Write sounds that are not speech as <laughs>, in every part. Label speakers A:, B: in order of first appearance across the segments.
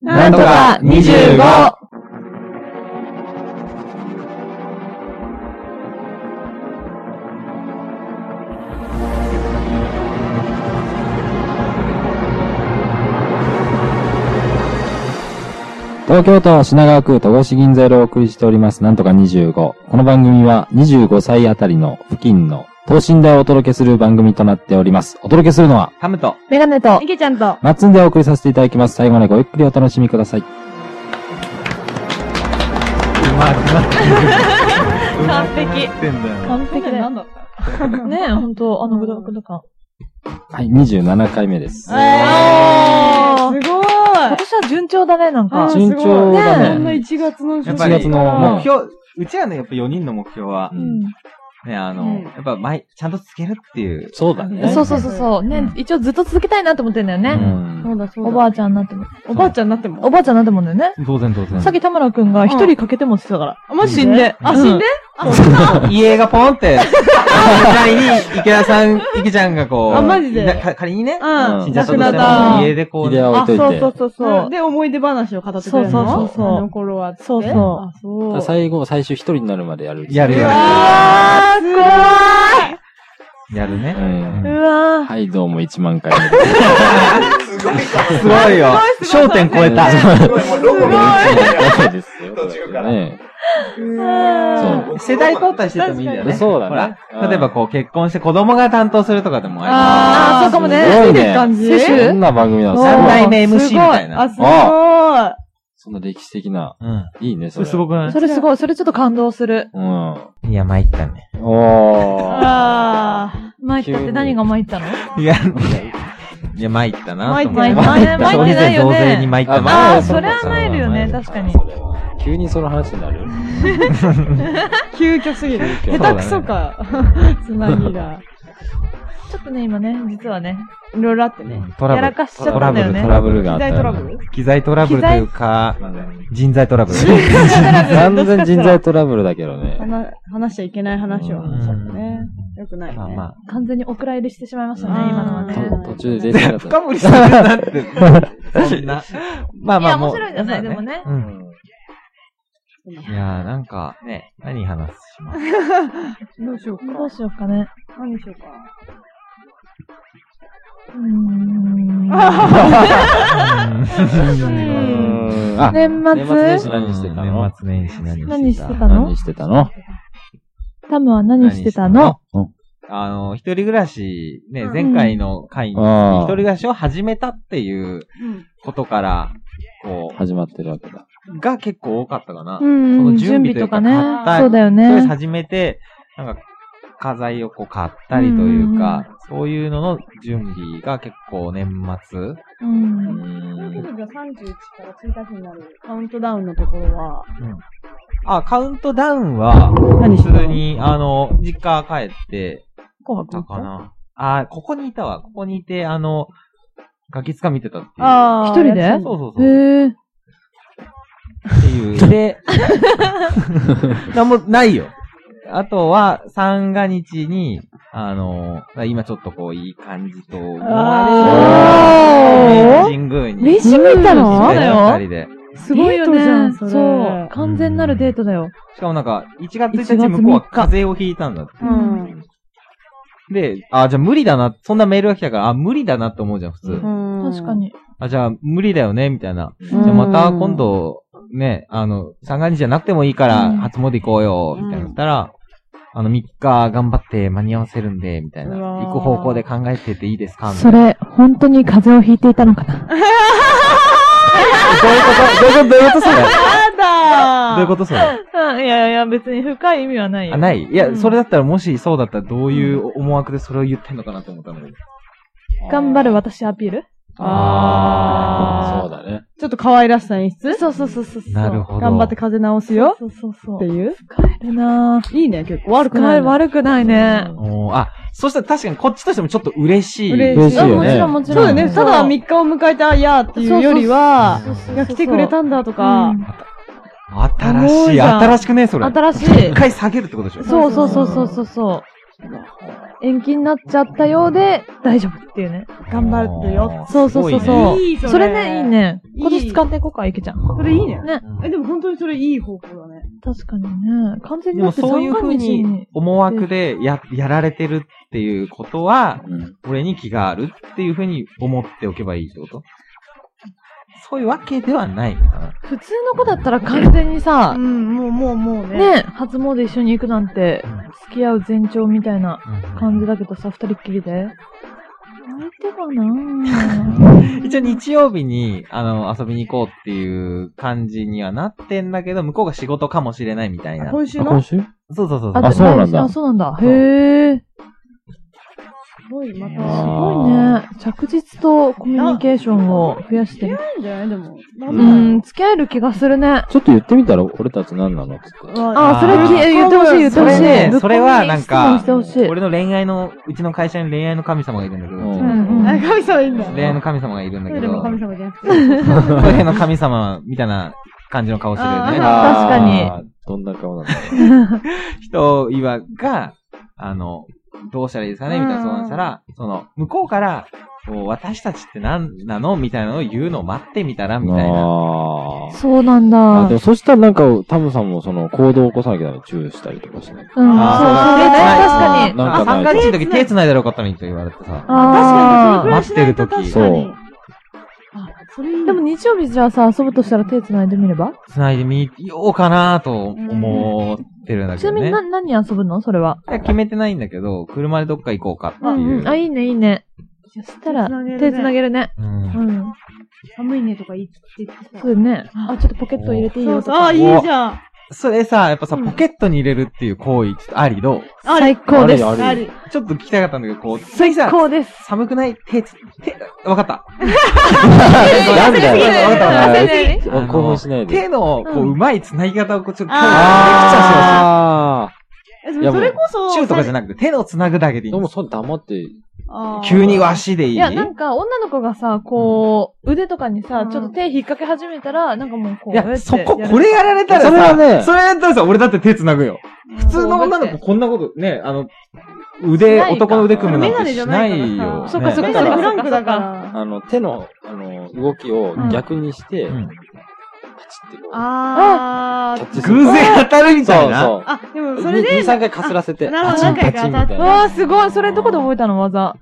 A: なんとか25東京都品川区戸越銀座よりお送りしております。なんとか25。この番組は25歳あたりの付近の等身大をお届けする番組となっております。お届けするのは、
B: ハムと。
C: メガネと
D: い、けちゃんと。
A: マッツンでお送りさせていただきます。最後までごゆっくりお楽しみください。
D: 完璧。
C: 完璧だよ。
D: だった
C: ねえ、ほんと、あの、ぐだぐだ感。
A: はい、27回目です。
C: えー
D: すごい
C: 今年は順調だね、なん
D: あ
C: か。
D: ー
A: 順調だ
D: こんな
A: ね。
D: 1月の
B: やっ
A: 1
B: ぱり
A: 月の
B: 目標、うちらのやっぱ4人の目標は
A: う
C: うんん
B: ね、あ
D: う
B: の、
D: ん
B: やっぱ毎、ちゃんとつけるっていう。
A: そうだね。
C: そうそうそうそう。ね、一応ずっと続けたいなと思ってんだよ
A: う
C: ね。
A: ん。
D: うだそ
C: お
D: お
C: ば
D: ば
C: あちゃんになっても。
D: おばあちゃんになっても。
C: おばあちゃんになってもんだよね。
A: 当然当然
C: さっき田村くんが一人かけてもって言ってたから。
D: あ、もう死んで。あ、死んで
B: 家がポンって、仮に、池田さん、 <laughs> 池ちゃんがこう、
D: あマジで
B: なか仮にね、
D: うん
B: 死んじゃったと
D: 亡
B: して
D: くなっ
B: も、
D: た
B: 家でこう、
A: 入れ
B: ね
A: 合
C: あ、
A: 置いとい
C: そう
A: て。
C: そうそうそう。
D: で、思い出話を語ってくれるの
C: そうそうそうそう
D: あの頃は。
C: そうそう
D: あ、そう。
A: 最後、最終一人になるまでやる。
B: やる
A: う
B: よ
A: わ
C: あー、怖い
B: やるね。
A: うん
C: うわー。
A: はい、どうも1万回目です。
B: すごいよ。焦点超えた。
A: す
E: ごい、もうロゴが。
A: ごいですよ。
E: 途中から
A: ね。
C: そう
B: 世代交代しててもいいんだよね。
A: そうだね
B: ほら
A: うん
B: 例えばこう、結婚して子供が担当するとかでも
C: あー、そうかもね。
A: すごいね
C: いい感じ。
D: 青春
A: どんな番組なの
C: そう
B: 三
A: すごい
B: 代目 MC みたい
D: あ、
B: な。
D: すご
A: そんな歴史的な。
B: うん。
A: いいね、
B: そ
A: そ
B: れ
A: れ。
B: すごくな
C: それすごい。それちょっと感動する。
A: うん。
B: いいや、参ったね。
A: お
D: い。
A: ー。
D: あ
C: 参ったって何が参ったの
B: いや、いや、参ったなと思っ
C: 参
B: て。
C: ったね
B: <laughs> 消費税増税に参ったな
C: あ
A: ま
C: ー、それは参るよね、確かに。
A: 急にその話になるよね。
D: ー、急遽すぎる。
A: 急遽
D: 下手くそか。つなぎだ。
C: ちょっとね、今ね、実はね、
D: いろいろあってね。
B: ト
C: やら
B: ラブル。
C: かしちゃったんだよね。
A: トラブルがあ
D: 機
A: った
D: 材
A: よ。
D: トラブル
B: 機材トラブルというか、人材トラブル。
A: 完全人材トラブルだけどね。
D: 話話しちゃいけない話を話しちゃったね。よくない
B: まあ
D: ね。
B: まあ。
C: 完全にお蔵入りしてしまいましたね、
B: うん
C: 今のはね。
A: と途中で出てなかった。
B: 盛りすぎるなって。そんな。まあ
C: い
B: ま
C: や、
B: あもう。
C: 面白いじゃない、でもね。
B: うん。いやー、なんか、ね、何話します
C: <laughs>
D: どうしようか。
C: どうしようかね。
D: 何しようか。
C: うーん。
A: うーんあ、
C: 年末
A: 年末年始何してたの
B: 年末年始何してた
C: 何してたの
A: 何してたの
C: タムは何してたの
A: うん
B: あの、一人暮らし、ね、
D: うん
B: 前回の回に、
A: あー
B: 一人暮らしを始めたっていう
D: うん。
B: ことから、こ
A: 始まってるわけだ。
B: う、が結構多かったかな。
C: うんう
B: そ
C: ん、
B: の
C: 準
B: 準
C: 備
B: 備
C: と
B: と
C: か
B: か
C: ね
B: ね。
C: そうだよ
B: とりあえず
C: ね。
B: 始めて、なんか、家材をこう買ったりというか、そういうのの準備が結構年末。
C: うん。
D: 彼女が31から1日になるカウントダウンのところは、
B: あ、カウントダウンは、
D: 何
B: 普
D: してた
B: 通に、あの、実家帰って、
D: 紅白
B: たかな。あ、ここにいたわ。ここにいて、あの、ガキ使見てたっていう。
D: ああ。
C: 一人で
D: やつ
B: そうそうそう。
C: へえ。
B: っていう。で、 <laughs> なんもないよ。あとは、三が日に、あの今ちょっとこう、いい感じと思われる、
C: あー
B: 明治神宮に。
C: 飯
B: 神
C: 食いたの
B: 宮
C: そう
B: に
C: だ
B: 二
C: よ。
B: 人で。
C: す
D: す
C: ごいよ
D: デートじゃ
C: ね
D: ん。それ
C: そう。完全なるデートだよ。
B: しかもなんか、1月
C: 1
B: 1
C: 月
B: 日向こうは風邪をひいたんだって。
D: うん。
B: で、あ、じゃあ無理だな。そんなメールが来たから、あ、無理だなって思うじゃん、普通。
D: うん
C: 確か。に。
B: あ、じゃあ無理だよね、みたいな。
D: じ
B: じゃあまた今。度、ね、あの、三が日じゃなくてもいいか
C: うん
B: ら、初詣行こうよ、みたいな
D: うん
B: 言ったら、あの、3日頑張って間に合わせるんで、みたいうな。
D: わー
B: 行く方向で考えてていいですかみた
C: そ
B: いな。
C: れ、本当に風邪をひいていたのかな。
B: どういうことどういうことどういうことそれ
C: やだ
B: どういうことそれあ、
C: <laughs> うん、いやいや、別に深い意味はないよ。。
B: ないいいや、
C: うん
B: それだったらもしそうだったらどういう思惑でそれを言ってんのかなと思ったのに。
C: 頑張る私アピール
D: あー
A: そうだね。
D: ちょっと可愛らしさ演出
C: そうそうそうそうそう。
B: なるほど。
D: 頑張って風邪治すよ
C: そうそうそうそ
D: って
C: う。
D: いう。
C: 使えるなぁ。
D: いいね、結構。悪く
C: 使
D: な
C: え
D: い。
C: る悪くないね。
B: おーあ、そしたら確かにこっちとしてもちょっと嬉しい。
D: 嬉し
A: 嬉し
D: い
A: い
C: あ
A: よ
C: もち
A: ね。
C: ろんもち
D: そう
C: ろん。
D: だよね。ただ3日を迎えた、いやーっていうよりは
C: そう、そうそう、
D: いや、来てくれたんだとか
C: う、
B: 新
D: 思う
B: しい。
D: じゃん
B: 新しくねそれ。
C: 新しい
B: 一。回下げるってことでしょ
C: そうそうそうそうそうそう。
D: けど、
C: 延期になっちゃったようで、大丈夫っていうね。
D: 頑張るよ。
C: そうそうそう
B: すご
C: そ。
B: いう
D: いいそれ
C: それね、いいね。
D: いい
C: 今年使っていこうか、いけちゃん。
D: それいいね。
C: ね。
D: え、でも本当にそれいい方向だね。
C: 確かにね。完全に
B: で
C: だ
B: も
C: って
B: そういう
C: 三
B: ふう
C: が日
B: に思惑でや、やられてるっていうことは、
A: うん
B: 俺に気があるっていうふうに思っておけばいいってことそういうわけではないのかな。
C: 普通の子だったら完全にさ
D: う、ん、もう、もう、もうね。
C: ね、初詣一緒に行くなんて、付き合う前兆みたいな感じだけどさ、二人っきりで。相手かな
B: 一応日曜日に、あの、遊びに行こうっていう感じにはなってんだけど、向こうが仕事かもしれないみたいな。そう
D: 今週
A: あ
D: の
A: 今
D: す
A: 週
B: そうそうそう。
A: あそうなんだ
C: あ、そうなんだ。へえ。
D: ごい、また。
C: す
A: あ
C: ごいね。着実とコミュニケーションを増やしてる。
D: いいんじゃないでも。な
C: うん
D: だろう。
C: ん、付き合える気がするね。
A: ちょっと言ってみたら、俺たち何なのっつって。
B: あー
C: あ、それき言ってほしい、言ってほし
B: それね
C: い。
B: それはなんか
C: ぶっ込み質問してほしい。
B: 俺の恋愛の、うちの会社に恋愛の神様がいるんだけど、
A: う
C: <laughs>
A: ん
C: うん
D: あ神様いいんだ。
B: 恋愛の神様がいるんだ
D: ト
B: け
D: イレ
B: ど
D: の、神様じゃなくて。
B: トイレの神様みたいな感じの顔してるよね。
C: あー確かに
A: あー。どんな顔なの
B: 人岩が、あの、どうしたらいいですかねみたいな相談したら、その、向こうから、こう私たちって何なのみたいなのを言うのを待ってみたらみたいな。
A: あー
C: そうなん
A: あ。
C: だ。
A: でもそしたらなんか、タムさんもその行動を起こさなきゃダメ注意したりとかしない。
C: うん、そうそうだ
B: あ
C: ね、確かに。
A: なんか
B: 三
A: な
B: 月
A: い
B: の時手繋いだらよかったのにと言われてさ。
D: 確
C: あ
D: かに、それくらいしないと確かに。
A: そう
D: あ、それいい
C: あ。
D: ね。
C: でも日曜日じゃあさ、遊ぶとしたら手繋いでみれば
B: 繋いでみようかなと思ってるんだけ
C: ちな
B: ど
C: みに
B: ね。
C: な、何遊ぶのそれは。
B: いや決めてないんだけど、車でどっか行こうかって
C: う
B: い
C: ん
B: う。
C: うん。あ、いいね、いいね。そしたら、手繋げるね。
B: うん
C: うん。
D: 寒いねとか言ってきてさ
C: そうだね。あ、ちょっとポケット入れていいよと
D: あ、
C: か。
D: いいじゃん。
B: それさ、やっぱさ、
D: うん
B: ポケットに入れるっていう行為、ちょっとありどう
D: あ
C: 最高です。
A: あれ
D: あ
A: あ
D: る
A: れ。
B: ちょっと聞きたかったんだけど、こう、
C: 最
B: さ
C: 高です。
B: 寒くない手つ、手、わかった。
A: なんだよ
B: わかったわかった
C: それ何
B: あの
A: 興奮しないで。
B: 手の、こ
C: う
B: う、
C: ん
B: うまい繋ぎ方を、こう、ちょっと、今日レクチャー
A: あ
B: し
D: えで
A: いやも
D: もそうれこそ、
B: ますチューとかじゃなくて、手の繋ぐだけでい
A: ー
B: い
A: で。もそれ黙って、
D: あー
B: 急にわしでいい
C: いや、なんか、女の子がさ、こう、腕とかに
D: う
C: さ
D: ん、
C: ちょっと手引っ掛け始めたら、なんかもうこう。
B: いや
C: やって
B: そこ、
C: やる
B: これやられたらさ、
A: それはね
B: それやったらさ、俺だって手繋ぐよ。普通の女の
C: こ
B: 子、こんなこと、ね、あの、
C: し
B: 腕、
C: ないか
B: 男の腕組むなん
D: メガネ
B: て
D: じ
B: し
D: ゃ
B: な
D: ないからさ
B: いよ。
C: そうかそうか
B: ね
D: メガネフランクだから。
A: あの、手の、あの、動きを逆にして、
B: うん
A: パチってこう、
D: あ
A: キャ
D: ー。
A: ッチする
B: 偶然当たるみたいな。
A: そう
D: あ、でも
A: そう。
D: それで、
A: 2、3回かすらせて、
D: なる
A: パ
D: ほど
A: チンパチンみたい
D: なんか当た
A: な。
D: った
C: わあ、すごい。それどこで覚えたの技。
D: 頭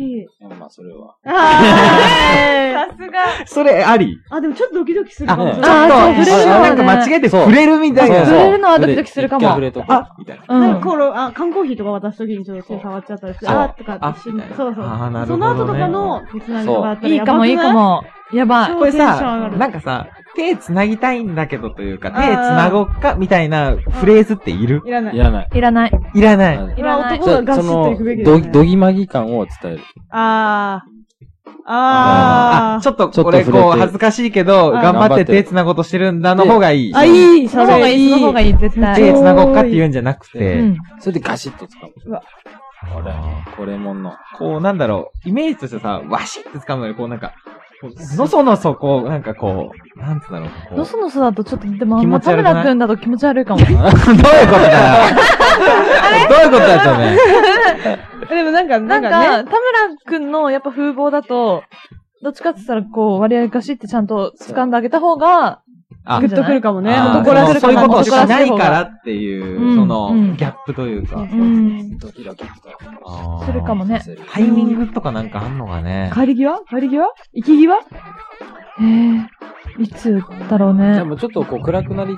C: <laughs>
D: い。
A: うんまあ、それは。
D: あー。さすが。
B: それあり。
D: あ、でもちょっとドキドキするかもしれ
C: あ
D: ない。
C: ちょっと
D: あ
C: 触れるのはね
B: なんか間違えて触れるみたい
A: そう
B: な。
A: そう
C: 触れるのはドキドキするかも
A: 一回触れとこう
B: あみたいな。
C: う
D: なん
C: ん
D: か。この、あ、缶コーヒーとか渡すときにちょっと手触っちゃったりして、
A: そう
D: あーとか
B: あ
D: って一緒に
B: あ。
D: そうそう。
B: あーなるほどね
D: その後とかの手繋ぎとかあったら
C: いいかも、いいか。も。やばい。
B: これさ、
D: うん
B: なんかさ、手繋ぎたいんだけどというか、手繋ごっかみたいなフレーズっている
D: ばくないいらない。
A: いらない。
C: いらない。
B: い
A: う
B: らない。
A: ん
C: い
D: い
C: ら
D: ら
C: ない
D: 男がガシッと行くべきだ
A: そ
D: よ
A: の
D: ね。
A: ど、どぎまぎ感を伝える。
D: ああ。
B: あ
D: あ、
B: ちょっと
A: ちょっと
B: これ
A: 触れて
B: こう恥ずかしいけど、
D: う
B: 頑張
D: ん
B: って
A: 頑張って
B: 手繋ごうとしてるんだの方がいい。
D: あ。あ、いい。
C: その方がいい、その方がいい、絶
B: 手
C: 対。
B: 繋ごっかって言うんじゃなく
C: う
B: て、
C: ん。
A: それでガシッと掴む。
D: うわ
A: これ、これもんの。
B: こうなんだろう、イメージとしてさ、わしって掴むのに、こうなんか、こうのそのそこう、なんかこう、なんつうんだろう、こう。
C: のそのそだとちょっと、でも、あ
B: 気
C: ん
B: 持
C: ま
B: ち悪
C: 田
B: くない
C: 村くんだと気持ち悪いかも。
A: どういうことだよどういうことだったね。
D: でもなんか、
C: な
D: なんん
C: か、
D: か
C: 田
D: ね。
C: 村くんのやっぱ風貌だと、どっちかって言ったら、こう、割合ガシってちゃんと掴んであげた方が、
B: あ
D: グッとくるかもね。
B: あー
C: 男らせる
B: そうそういうことをし
C: 男らせる
B: ないからっていう、
C: うん
B: その、
C: うん
B: ギャップというか。
C: うん、
A: ドキドキと
B: あー
C: するかもね。
A: させる
B: タイミングとかなんかあんのかね。
D: 帰り際帰り際行き際
C: ええいつだろう
A: じゃあ
C: ね。
A: もうちょっとこう暗くなり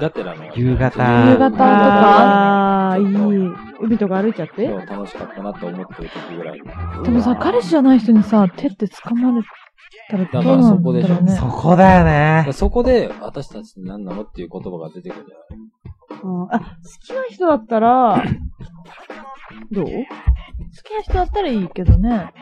A: がてらの。
B: 夕方
C: 夕方とか
D: ああ、いい。海とか歩いちゃっ
A: 今日
D: て
A: 楽しかったなって思ってる時ぐらい。
C: でもさ、彼氏じゃない人にさ、手って掴まれたらどうなんだろうね
B: そ。こだよね。
A: そこで、私たちって何なのっていう言葉が出てくるんじゃない
D: うんあ、好きな人だったら、どう
C: 好きな人だったらいいけどね。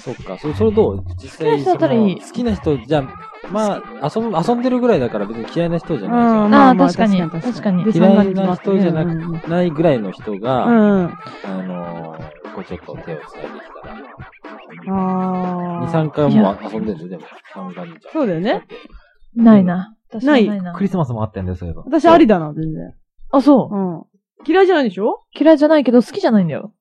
A: そっか、それ、それどう実際
C: 好きな人だったらいい
A: その好きな人、じゃあ、まあ、遊ぶ、遊んでるぐらいだから別に嫌いな人じゃないじゃん。
C: まあまあ確かに確かに
D: で
A: 嫌いな人じゃな
D: そんに決まってね
A: くないぐらいの人が、
D: うん。あ
A: あのー、こうちょっと手をつないできたら、
D: あ
A: 2、
D: ー。
A: 3回もう遊んでるでも、3回にじゃん
D: そうだよね。
C: ないな。私はないな
B: ク。リスマスもあったんだよ、そういえば。
D: 私ありだな、全然。
C: あ、そう
D: うん。嫌いじゃないでしょ
C: 嫌いじゃないけど好きじゃないんだよ。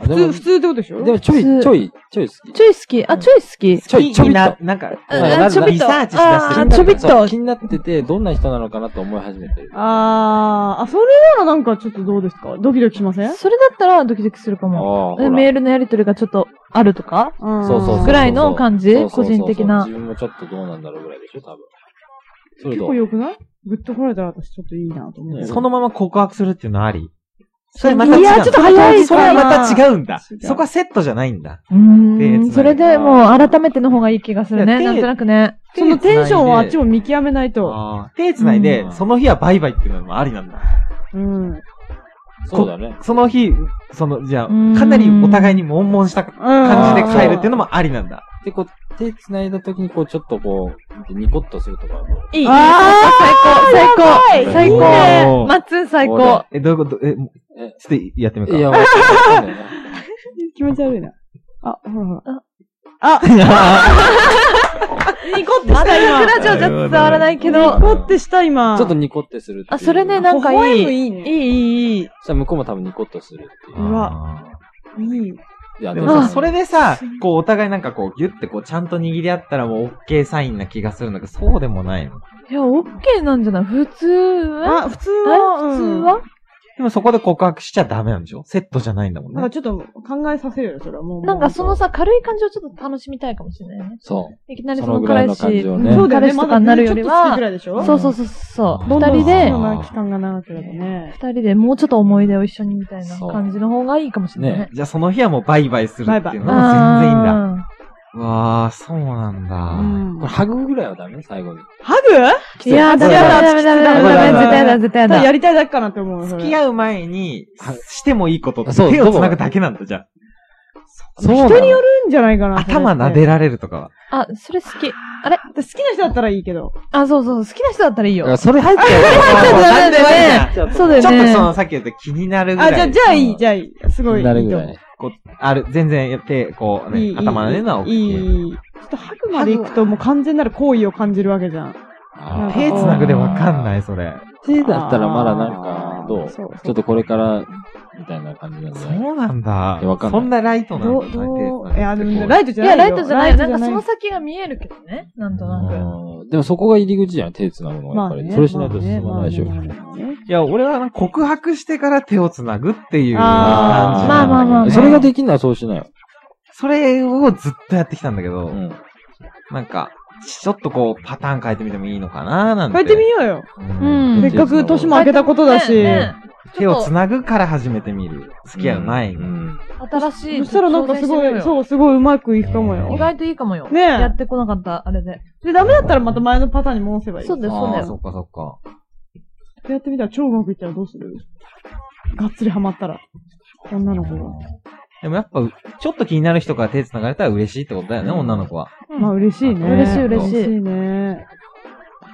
A: あで
D: 普通、
A: も、
D: 普通ってことでしょ
A: でもちょ
C: 普
A: い、
C: 通
A: ちょい、ちょい好き。
C: ちょい好き。あ、ちょい好き。
A: ちょい、ちょびっと。
B: なんか、
A: あな
C: あ、
A: る
C: ちょびっ
B: リ
C: と。
B: サーチしだして
C: あ
B: る
C: ー、ちょびっ
A: そう
C: と。
A: 気になってて、どんな人なのかなと思い始めてる。
D: あー、あ、それならなんかちょっとどうですかドキドキしません
C: それだったらドキドキするか
A: ああ、
C: も。
A: ほ
C: え
A: ら。
C: メールのやりとりがちょっとあるとか
D: うん
A: そうそうそう。
C: ぐらいの感じ
A: そうそうそうそう
C: 個人的な
A: 自分もちょっとどうなんだろうぐらいでしょ、多分。それ
D: 結
A: と
D: 構良くないグッと来られたら私ちょっといいなと思って。
A: ね
B: そのまま告白するっていうのありそ
C: いや、ちょっと早い
B: それはまた
C: う。
B: 違うんだ
D: 違う。
B: そこはセットじゃないんだ。
C: う
B: 手つな
C: ー
B: い
C: ん。それでもう改めての方がいい気がする
B: い
C: ね。
B: や手
C: なんとなくね。
D: そのテンションをあっち
B: も。
D: も見極めないと。
B: あー手繋いで
A: う、ん
B: その日はバイバイっていうのもありなんだ。
D: うん。うん。
A: そうだね。
B: その日、その、じゃあ、
C: うん
B: かなりお互いに悶々した感じで帰るっていうのもありなんだ。
A: で、こう、手繋いだ時に、こう、ちょっとこう、ニコッとするとかも。
C: いい。
D: あ
C: 最高最高最
A: やばい
C: 高
A: おー
C: マッツン最
A: そうだ
C: 高
A: よ
B: え、どういうことえ、もう
A: え
B: ちょっとやってみ
A: い
B: よ
A: や、
B: う
A: わか
C: <laughs>
A: んないな。
D: 気持ち悪いな。あ、ほらほら。
B: か。
D: ニコってした今。
C: ラジオじゃ伝わらないけ
A: やば
C: ど
A: い。
D: ニコってした今。
A: ちょっとニコってするっていう
C: あそれねな
D: なんか
C: 微
D: い
C: 笑む
D: い。
C: い
D: いい、いい、
C: い、いい、いい。
A: そしたら向こうも多分ニコッとするっていう
D: う
B: わ。
D: いい。
A: いや
B: でも
C: あ
B: さ、それでさ、こう、お互いなんかこう、ギュってこう、ちゃんと握り合ったらもう、オッケーサインな気がするんだけど、そうでもないの。
C: いや、オッケーなんじゃない普通は
D: あ、普通
C: え
D: は、
C: 普通
D: うん
C: は
B: でもそこで告白しちゃダメなんでしょセットじゃないんだもん
D: なんか
B: ね。
D: ちょっと考えさせるよ、それはもう。
C: なんかそのさ、軽い感じをちょっと楽しみたいかもしれないよね。
A: そう。
C: いきなりそ
A: そ
C: の
A: のぐらい
C: 彼
A: の
C: 氏、
A: 感じをね
D: そ
C: そうう
D: だよ
C: 彼
D: ね、
C: 氏
D: ま
C: と
D: だ
C: かになるより
D: ちょっと好きぐ
C: は、
D: らいでしょ
B: ん
C: そうそうそうそう、
B: ど
C: 二
B: んどん
C: 人
B: ね
C: で
D: そ、んな期間が長ければね。
C: 二人でもうちょっと思い出を一緒にみたいな感じの方がいいかもしれないね。
B: じゃあその日はもうバイバイするっていうのは全然いいんだ。
C: あ
B: わあ、そうなん
D: う
B: だ。
D: ん
A: これ、ハグぐらいはダメ最後に。
D: ハグ
C: ーいや、
D: きつ
C: ダ
D: い
C: メだ、ダメ
D: きつい
C: だ、ダメだ、ダメだ、絶対だ、絶対
D: ただや
C: だ。
D: りたいだけかなって思う。
B: 付き合う前に
A: はい、
B: してもいいことって
A: そう
B: 手を繋ぐだけなんだ、じゃあ。
A: そう
B: なの
A: 人による
D: うんじゃないかな。
B: 頭撫でられるとかは。
C: あ、それ好き。あれ
D: 私好きな人だったらいいけど。
C: あ、そうそう、好きな人だったらいいよ。
A: それ入っちゃ
C: そうだ
B: なん
C: よね
B: でもいいな
A: うよ。
C: そうだよね
B: ちょっとその、さっき言った気になるぐら
D: あ、
B: い。
D: じゃあ、じゃあいい、じゃあいい。すごい。
A: なるぐ
D: い
A: ら
D: い
A: い。
B: こう、ある、全然やって、こう
D: と思う。い
B: ね
D: い、
B: 頭撫でるのは OK。
D: いい、いい。ちょっとハグまで行くともう完全なる好意を感じるわけじゃん。
A: あー
B: 手繋ぐでわかんない、それ。
A: 手だったらまだなんか
D: あ、ー
A: どう
D: そうそう
A: ちょっとこれから、みたいな感じなんじゃない
B: そうなんだ
A: いやわかんない
B: そんなライトなんだね。
C: どうどう
B: 手繋ぐって
D: いや、で
B: こ
D: も
B: う
D: ライトじ
C: い
D: ゃな
C: や、
D: いよ。
C: ライトじゃないよ。なんかその
D: ライト
C: 先が見えるけどね。なんとな
A: うんでもそこが入り口じゃん、手繋ぐの
D: じゃな
A: は。やっ
D: い
A: ぱり。それしないと進まないでしょ。
D: まあねまあね
B: いや、俺はなんか告白してから手を繋ぐっていう感じ
D: あー
B: なんだけどね
C: まあまあまあまあ
A: それができんならそうしないよ。
B: それをずっとやってきたんだけど、
A: うん。
B: なんか、ちょっとこう、パターン変えてみてもいいのかななんて。
D: 変えてみようよ。
B: う
C: うん
D: せっかく年も明けたことだし。
C: ねね
B: 手を繋ぐから始めてみる。付き合う前に。
A: うん
C: 新しい。
D: そしたらなんかすごい、そう、すごいうまくいくかも
B: う
C: 意
D: よ。
C: 外といいかもよ。
D: ねえ
C: やってこなかった、あれで。
D: で、ダメだったらまた前のパターンに戻せばいい。
C: そうだよ、そうだ
B: ああ、
C: よ
B: そ。っかそっか。
D: やってみたら超うまくいったらどうするがっつりハマったら。女の子が。
B: でもやっぱ、ちょっと気になる人から手繋がれたら嬉しいってことだよね、
A: うん
B: 女の子は。
C: うん
D: まあ嬉しいね。
C: 嬉しい嬉しい
D: ね。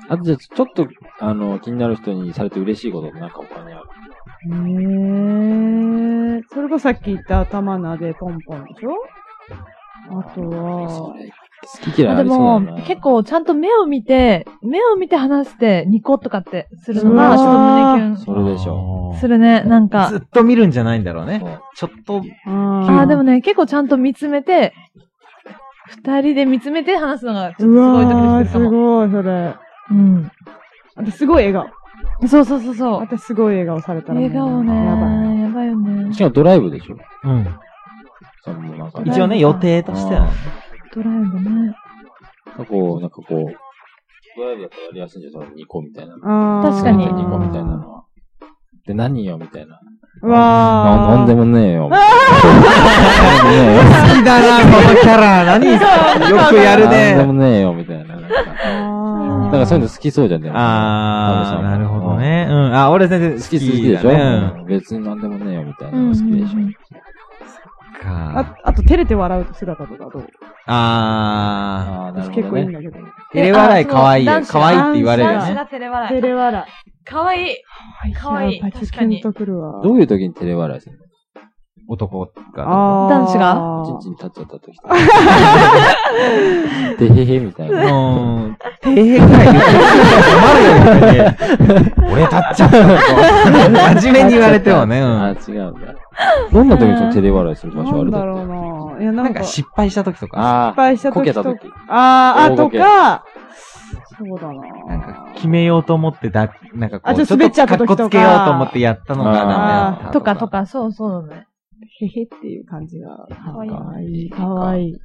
A: あとじゃあ、ちょっと、あの、気になる人にされて嬉しいことってなんか他にある。
D: ねえ。それこそさっき言った頭撫でポンポンでしょあと
A: そ
D: は、
A: れ好き嫌い
C: まあ
A: あ
C: で
A: りそうだな。
C: も、結構ちゃんと目を見て、目を見て話して、ニコとかってするの
D: う
C: が、
D: ん
C: ちょっと胸キ
A: それでしょ
B: ょ
C: ュンするね、なんか
B: ず。っと見るんじゃないんだろう
A: う。
B: ね。
A: そう
B: ちょっと、
D: あ
C: ああ、でもね、結構ちゃんと見つめて、二人で見つめて話すのが、ちょっと
D: う
C: すごいドキ
D: わ
C: ド
D: ー
C: キす
D: す
C: るかも。
D: ごい、それ。
C: うん。
D: あとすごい笑顔。
C: そうそうそうそう。
D: 私すごい笑顔されたらもう。
C: 笑顔ね。
D: やばい。
C: やばいよね
A: し。かもドライブでしょ
B: うん。
A: そのなんか
B: 一応ね、予定としてはね。
C: ドライブね。
A: こう、なんかこう、ドライブだったらやりやすいんじゃん、その2個みたいな。
D: あー
C: 確かに
A: 2個みたいなのは。で、何よみたいな。
D: うわー
A: ななんでもねえよ。なんでもねえよ
B: 好きだな、このキャラ。何よ
A: <laughs>
B: くやる
A: なんで
B: ね。
A: もねえよ、みたいな。なんか
D: あ
A: だ
D: ー
A: からそういうの好きそうじゃん、でも。
B: あー、なるほどね。うん。あ、俺全然
A: 好
B: 好
A: き
B: き
A: 好きでしょ、
B: だね。
A: 別になんでもねえよ、みたいなの好きでしょ。
C: うん
B: うんか
D: ああと、照れて笑う姿とかどう
B: あー。
A: ああ、なる
D: 私
A: ほ
D: 結
A: ど
D: 構いいん
A: ね。
D: だけど。
B: 照れ笑い可愛い
C: あ
B: よ。
C: そう
B: 可愛いって言われるよ
C: 男子
B: ね。
C: が照れ笑
D: 照
C: い。
D: れ笑
C: 可愛い。
D: い。
C: 可愛い
D: やっぱり
C: 確かに
D: キュンとくるわ。
A: どういう時に照れ笑いするの
B: 男が。
D: あー
C: 男子が
D: <laughs>
A: ちんちん立っちゃった時とか。でへへみたいな。
B: うん。底辺ぐらいで困るよ、 <laughs> 俺。俺立っちゃうの。真面目に言われてもね。うん
A: あ、違うんだ。どんな時にその照れ笑いする場所あ
D: な
A: る
D: ん
A: だ
D: だ
A: っ
D: ろ
A: て
D: うな。いや、な
B: なん
D: ん
B: か
D: か、失
B: 失敗した時とか、
A: ああ、
D: 敗した
A: こ
D: 時
A: けた
D: と
A: 時。
D: あー、あ
A: 大
D: と
A: こけ
D: か、そうだ
B: なん
D: な
B: か。決めようと思ってだ、なんかこ
D: あ
B: う、
D: ちょっと滑っちゃった時とか
B: かっこつけようと思ってやったのがダメだった
C: とかと。か、そうそうだね。
D: へへっていう感じが、か
C: わいい
D: わいい。かわいい。
C: う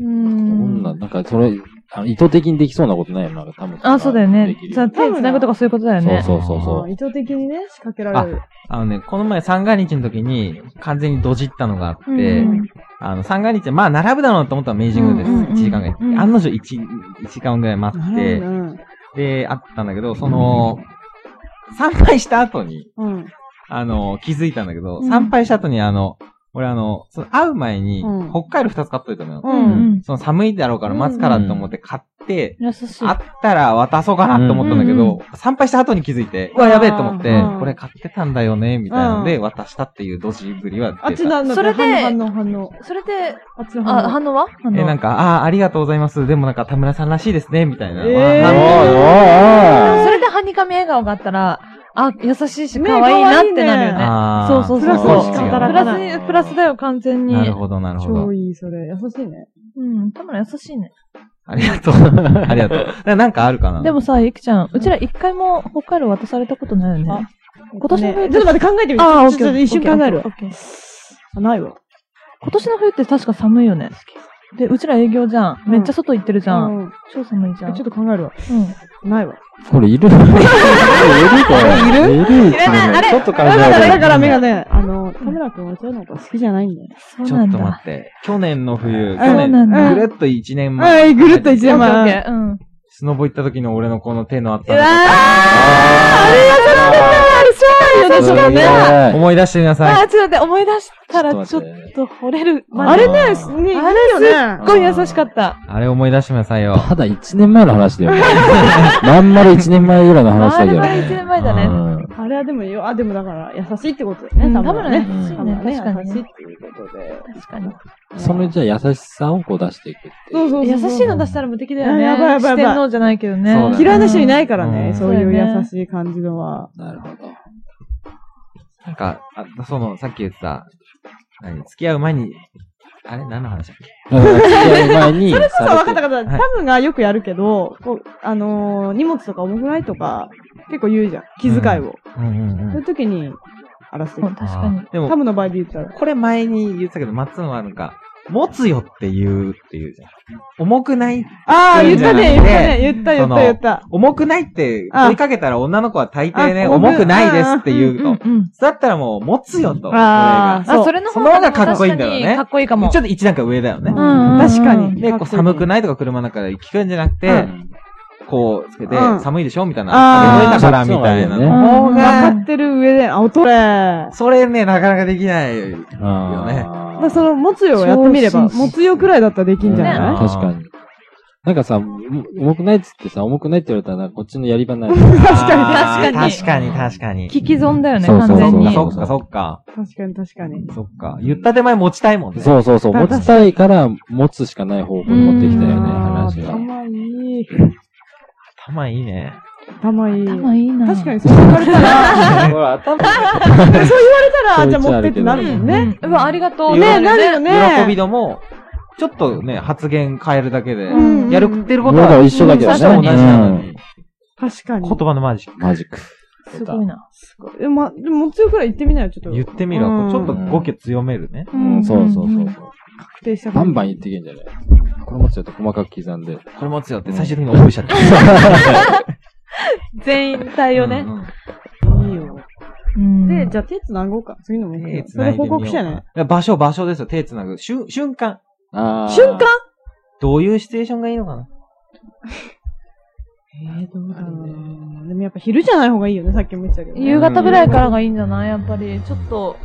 C: ー
A: こ
C: ん
A: んな、。なんか、それ、あの意図的にできそうなことないよな、なんか多分。
C: あ、そうだよ
A: で
C: ね
A: き。る
C: じゃあ、手繋ぐとかそういうことだよね。
A: そうそうそうそ
D: あー
A: う。
D: 意図的にね、仕掛けられる。
B: あのね、この前三が日の時に完全にドジったのがあって、
C: うん
B: あの、三が日、まあ、並ぶだろうと思ったら明治軍です。
C: うんうんうん
B: 1時間ぐらい。
C: うん
B: 案の定1、一時間ぐらい待っ
D: なる
B: て
D: ほ、どね
B: で、あったんだけど、その、参拝した後に、
D: うん。
B: あの、気づいたんだけど、
C: うん
B: 参拝した後にあの、俺あの、その会う前に、
D: うん
B: 北海道2つ買っといたのよ。
D: う
C: うん
D: ん。
C: うん。
B: その寒いだろうから待つからと思って買って、
C: 優しい。
B: あったら渡そうかなと思ったんだけ
C: うんうん
B: ど、参拝した後に気づいて、うわ、やべえと思って
D: うん、
B: これ買ってたんだよね、みたいなので、
D: う
B: 渡したっていうドジぶりは
D: あっ
B: 出
D: ち
B: た。
D: なんだ
C: それで
D: 反応、反応、反応。
C: それで、
D: あっちの反応。
C: あ、反応は反応
B: え、なんか、ああー、ありがとうございます。でもなんか田村さんらしいですね、みたいな。
D: えー
A: おい
B: わあ
C: でも
A: おいおい
C: それでハニカミ笑顔があったら、あ、優しいし、
D: ね
C: 可愛いなってなるよね。
B: あー
C: そうそうそう
A: プラス
C: そう。
A: しか
C: プ
A: 働
C: ラ
A: かない
C: ス、プラスだよ、完全に。
B: なるほど、なるほど
D: 超。いい、それ。優しいね。
C: うん、たまら優しいね。
B: ありがとう。 <laughs> ありがとう。ななんかあるかな
C: でもさ、ゆきちゃん、うちら一回も北海道渡されたことないよね。今年の冬
D: ねちょっと待って、考えてみて。
C: あーオッ
D: ちょ
C: ケー
D: っと一瞬考え
C: オ
D: る
C: ッケーオッケーオッケ。
D: あないわ。
C: 今年の冬って確か寒いよね。で、うちら営業じゃん。
D: うん
C: めっちゃ外行ってるじゃん。
D: うん
C: 超寒いじゃん。
D: ちょっと考えるわ。
C: うん。
D: ないわ。
A: これいるいるこれ。いるいる
C: らないあれ
A: ちょっと考え
D: だ
A: た
D: から、だ
A: ら。
D: からメガネ、あの、田村くんはそういうのが好きじゃないんだよ。
C: そう
B: ち
C: な
B: ょ
C: ん
B: っと待
C: だ。
B: って。去年の冬、
D: ん
B: 去
D: そう
C: なんだ
B: 年、ぐるっと1年前。
D: はい、ぐるっと一
C: オ
D: 年
C: ッケーオッケ
D: 前。
C: ーうん。
B: スノボ行った時の俺のこの手のあっ
C: う
B: た
C: わー
B: の
C: あれがそうなんだあれそうなんだよね、そうだね。
A: ね
B: 思い出してみなさい。
C: あー、ちょっと待って、思い出したらち
A: ち
C: ょ
A: ょ
C: っ
A: っと待って
C: と惚れる。
A: あ
C: ま
D: あ
C: で
A: れ
D: れね、
A: ね
D: す
A: す
D: ね、
C: あ
D: よね。
C: すっごい優しかった。
B: あれ思い出してみなさいよ。
A: ただ1年前の話だよね。まんまる1年前ぐらいの話
C: あ
A: だ
C: れ
A: けど
C: ま
A: ね。
C: だ1年前だ
B: う
C: ね。
A: うん
D: あれはでもよ、あ、でもだから、優しいってことだ
C: うん
D: よね。
C: 田村ね、優しい
D: 田
A: 多
D: 村
C: ね
D: ね、。
C: 確か
D: 優
C: に
D: しいっ
C: ね。
D: ていうことで。
C: 確かに。
A: そのじゃあ優しさをこう出していくっていう。
D: そうそうそ
C: 優
D: う。
C: しいの出したら無敵だよね。
D: あやばいやばいやばい
C: 四天王じゃないけどね。
B: そうだね
D: 嫌いな人いないからね、
B: うん
D: そうい
C: そ
D: う
C: うだ
D: 優
C: ね
D: しい感じのは。
A: なるほど。
B: なんか、あその、さっき言ってた、何付き合う前に、あれ何の話だっけ
A: だから付き合う前に、それこ
D: そう、分かった分か
B: は
D: った。
B: い
D: 多分がよくやるけど、こう、あのー、荷物とか重くないとか、結構言うじゃん。気遣いを。
B: うんうん
D: そういう。時に、荒らして
C: うん
D: る。
C: 確かに
B: あ。ー。で
D: タ
B: も、
D: ムの場合で言ったら。
B: これ前に言ってたけど、松野はなんか、持つよって言うっていうじゃん。重くない
D: ああ、
B: 言
D: 言
B: う
D: っ
B: んじゃ
D: た
B: なくて
D: ね、言ったね、言った、言
B: そ
D: っ
B: の
D: た、言った。
B: 重くないって
D: あ
B: 追いかけたら女の子は大抵ね、
D: あ重く
B: 重くないですって言うと。
C: うんうん
B: だったらもう、持つよと。
D: あー
B: そ
C: あ、
D: そう
C: それの方
B: その方がかっこいいんだよね
C: 確かにかっこいいか
B: れが
C: も
B: ちょ。っと一段階上だよね
C: ん
D: う。
C: うん
D: ん確かに。
B: で、こう寒く
D: ない
B: ないとか車の中で聞くんじゃなくて、
D: う
B: こうつけて、
D: うん
B: 寒いでしょみたいな。
D: あー
B: 寒いだからみたいな
A: そっちの
B: の。
C: 方
D: 分
C: が
D: か
C: ね
D: ってる上で、あ、おとれ。だ
B: それね、なかなかできない。よね
A: あー
D: その、持つよをやってみれば、
A: 超紳士
D: 持つよくらいだったらできんじゃ
B: ね
D: ない
A: 確かに。なんかさ、重くないっつってさ、重くないって言われたら、なんかこっちのやり場になる。
D: 確か
B: あー
C: 確かに
B: 確かに、確かに。
C: 聞き損だよね、
A: そう
C: 完
A: そうそう
C: 全に。
B: そっか、そっか、そっか。
D: に。確かに、確かに。
B: そっか。言った手前持ちたいもんね。
A: <laughs> そうそうそう。
D: あ
A: 持ちたいから、持つしかない方向に持ってきたよね、
C: うん
A: 話が。
D: 頭いい。
B: 頭いいね。
D: 頭いい。
C: 頭いいな。
D: 確かに、そう言われた
A: <laughs>
D: ら、
A: ほら、頭
D: たら、じゃあ持ってってなるもんね。
C: うん。うわ、ありがとう。
B: ね
D: ね、なるよね。
B: 喜び度も、ちょっとね、発言変えるだけで
D: う、ん
B: やるってる
A: もう
B: こと
A: だから
B: は、
A: 一緒だけど
B: 確か同じ
A: ね。
B: なの
A: うん
B: に。
D: 確かに
B: 言。葉のマジック。
A: マジック。
C: すごいな。
D: え、ま、でも、もつよくらい言ってみなよ、ちょっと。
B: 言ってみろ。
D: うん
B: ちょっと語気強めるね。
C: うん
A: そうそうそう。
D: 確定した
A: バン
D: ン。
A: バン言ってけんじゃないこれ持つよって細かく刻んで。
B: これ持つよって最終的に覚えちゃった。
C: 全員対応ね。
B: うんうん
D: いいよ。
C: で
D: で、じゃあ手繋ごうか。次の目
B: 手
D: 標。そ
B: 繋
D: れ
B: いでみよ
D: 報
B: うか
D: 告したね。
B: いや場所、場所ですよ。手繋ぐ。瞬、瞬間。
A: あー
D: 瞬間
B: どういうシチュエーションがいいのかな
D: えー、どうだろうな。でもやっぱ昼じゃない方がいいよね、さっきも言ってたけどね。
C: 夕方ぐらいからがいいんじゃないやっぱり、ちょっと、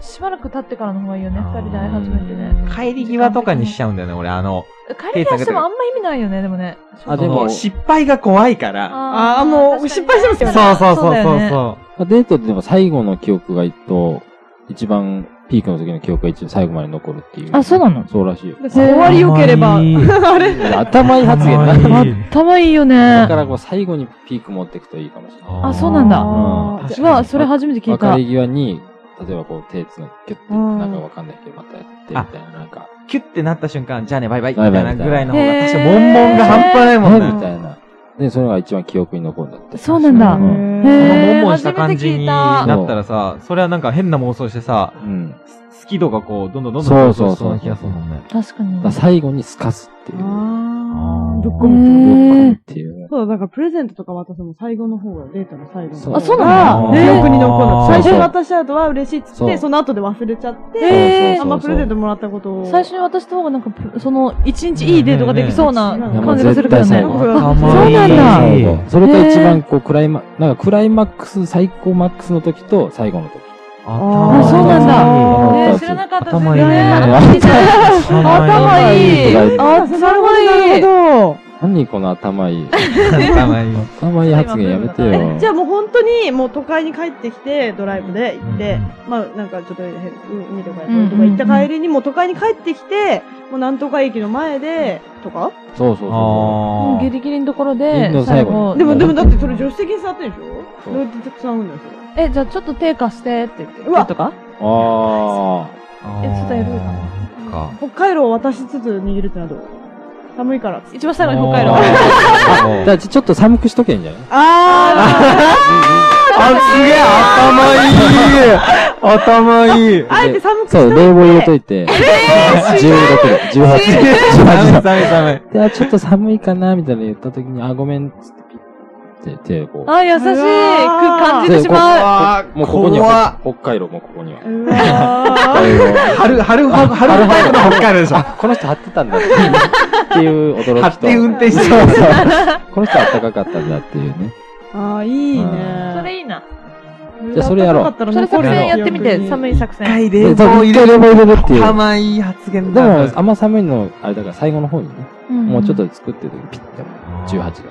C: しばらく経ってからの方がいいよね、二人で会い始めてね。
B: 帰り際とかにしちゃうんだよね、俺。あの、
C: 帰り際してもあんま意味ないよね、でもね。
A: あ、
B: そ
A: でも
B: の、失敗が怖いから。
D: あーもう失敗してます
B: そう
D: よね
B: そうそうそう
C: だよね
B: そう。
A: まあデートでも最後の記憶が一と、一番ピークの時の記憶が一応最後まで残るっていう。
C: あ、そうなの
A: そうらしいよ。
D: で終わり良ければ、
B: あんまり
D: あれ
A: 頭いい発言だ。
B: 頭いい
C: 頭いいよね
A: だか。らこう最後にピーク持っていくといいかもしれない。
C: あそうなんだ
A: うん
D: じゃ
C: うわ、それ初めて聞い
A: 別
C: た
A: れ。際に、例えばこう手つなぎ、キュッて、
D: うん
A: なんかわかんないけど、またやってみたいな、なんか、
B: キュッてなった瞬間、じゃあね、バイバイ、み
A: バ
B: た
A: イ
B: い
A: バイ
B: なぐらいの方が、
C: へー
B: 確かに悶々が半端ないもん
A: ね
B: ね。
A: みたいな。で、それが一番記憶に残るんだって。
C: そうなんだ
A: う
D: あ
A: ん。
B: この
C: へー
B: 悶々した感じになったらさ、それはなんか変な妄想してさ、
A: うん。
B: 好き度がこう、どんどんどんどん上昇しそうな
A: そうそうそう
B: 気がするもんね。
C: 確かに
A: だか。ら最後に透かすっていう。
D: ーぶっ
B: う
D: 込
A: ぶっ込
B: ん
D: む。
A: む
C: へ
A: っ
C: ー
A: ていうね。
D: そうだ、だからプレゼントとか渡すのも最後の方が、デートの最後の方が。
A: あそう
C: なんだ
D: 記
C: へー
D: 憶に残る
B: あー
D: の。最初に渡した後は嬉しいっつっ
A: そう
D: て、その後で忘れちゃっ
A: そうそう
D: て、
A: そう
C: へ
A: そう
D: あんまプレゼントもらったことを。
C: 最初に渡した方がなんかプ、その、一日いいデートができそうな
D: ねえねえねえ
C: 感じがするけど
A: い
C: ね
A: や。もう
D: 絶対最後
B: 頭いい
C: そうなん
A: そうそうそれが一番こう、クライマ、なんかクライマックス、最高マックスの時と最後の時。
B: 頭いい
C: あそうなん
A: だ
C: ね
A: 頭いい
C: え知らなかったです
B: 頭いいね
C: 頭いい。
A: 頭いい
C: あ、頭いい。
D: ど。
A: 何この頭いい。
B: 頭いい。
A: 頭いい発言やめてよ。
C: <laughs>
D: え <laughs> じゃあもう本当にもう都会に帰ってきてドライブで行って、
B: う
D: まあなんかちょっと変海とか
C: うんうんうん
D: とか行った帰りにもう都会に帰ってきてもうなんとか駅の前でとか
A: そうそうそ
C: もうギ
B: あ
C: リギリのところ
A: ギリ
C: で
A: の、
C: 最
A: 最後
C: 後。
D: でもでもだってそれ助手席に座ってるでしょ
A: そう
D: どうやって座るんだよそれ
C: え、じゃあちょっと手貸してって言って。
D: うわ
C: とか
A: う。ああ。
B: あ。
C: えちょっとやる
B: か。
D: 北海道を渡しつつ逃げるってのはどう寒いから
C: 一番最後に北海道。
A: あ
C: あ
A: じゃあちょっと寒くしとけんじゃない
D: あ
B: あ、すげえ頭いい頭いい
D: ああえて寒くし
A: そ
D: と
A: う、冷房入れといて。16度、18
B: ダメ
A: 度。
B: ダメダメ。
A: で、あ、ちょっと寒いかな、みたいな言った時に、あ、ごめん、つってピッて、手をこう。
C: 優しい。く感じてし
A: う
C: まう。
B: あ
A: もうここに
B: 怖っ
A: は、北海道もここには。
D: う
B: <laughs>
D: わ
B: 春、春、春、春バイクの北海道でしょ。
A: あ、この人張ってたんだっていうっていう
B: 張
A: 驚き
B: っ
A: と。
B: て運転して
A: そう
B: る。
A: そうこの人は暖かかったんだっていうね。
D: ーあーいいね
C: それいいな。
A: じゃあそれやろう
D: 暖かかった
C: それ作
D: ら残るよ
C: 戦やってみて、
D: 記憶に
C: 寒い作
B: 一
C: 戦。
B: 回
A: で
B: 冷
A: 一回
B: 房入れ
A: 冷
B: る。
A: 房入れるっていう。でも、
B: 頭いい発言だな。
A: あんま寒いの、あれだから最後の方にね、もうちょっ
C: と。
A: と作ってる時、ピッて、18度。
C: うんうん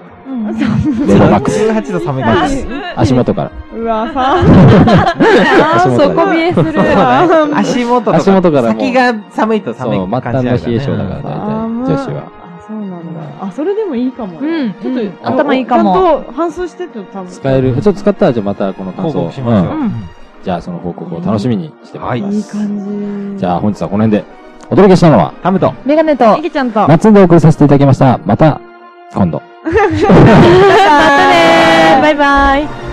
A: レバーマ
B: <laughs>
A: ックス。
B: 18度寒いから。
A: 足元から。
D: うわ寒い
C: あー、そこ見えする。
B: <laughs> 足元とか。
A: 足元からもう
B: 先が寒いと
A: そう、
B: 寒
A: 末
B: い感じ
A: 端の冷え性だから、大体、
D: 寒い
A: 女子は。
D: あそうなんだあそれでもいいかもよ
C: うん。
D: ちょっと、
C: 頭いいかも
D: ちゃんと反芻してって多分。
A: 使える。ちょっと使ったら、じゃあまたこの感
B: 報
A: 想。
B: 告しましょう。
A: んじゃあその報告を楽しみにしてもらいま
D: いい
A: す。
D: 感じ。
A: じゃあ本日はこの辺で、お届けしたのは、
B: ハムと。
C: メガネと。
D: いけちゃん <laughs> と。
A: 夏でお送りさせていた
C: <laughs>
A: だきました。また、今度。
C: またねーバイバイ。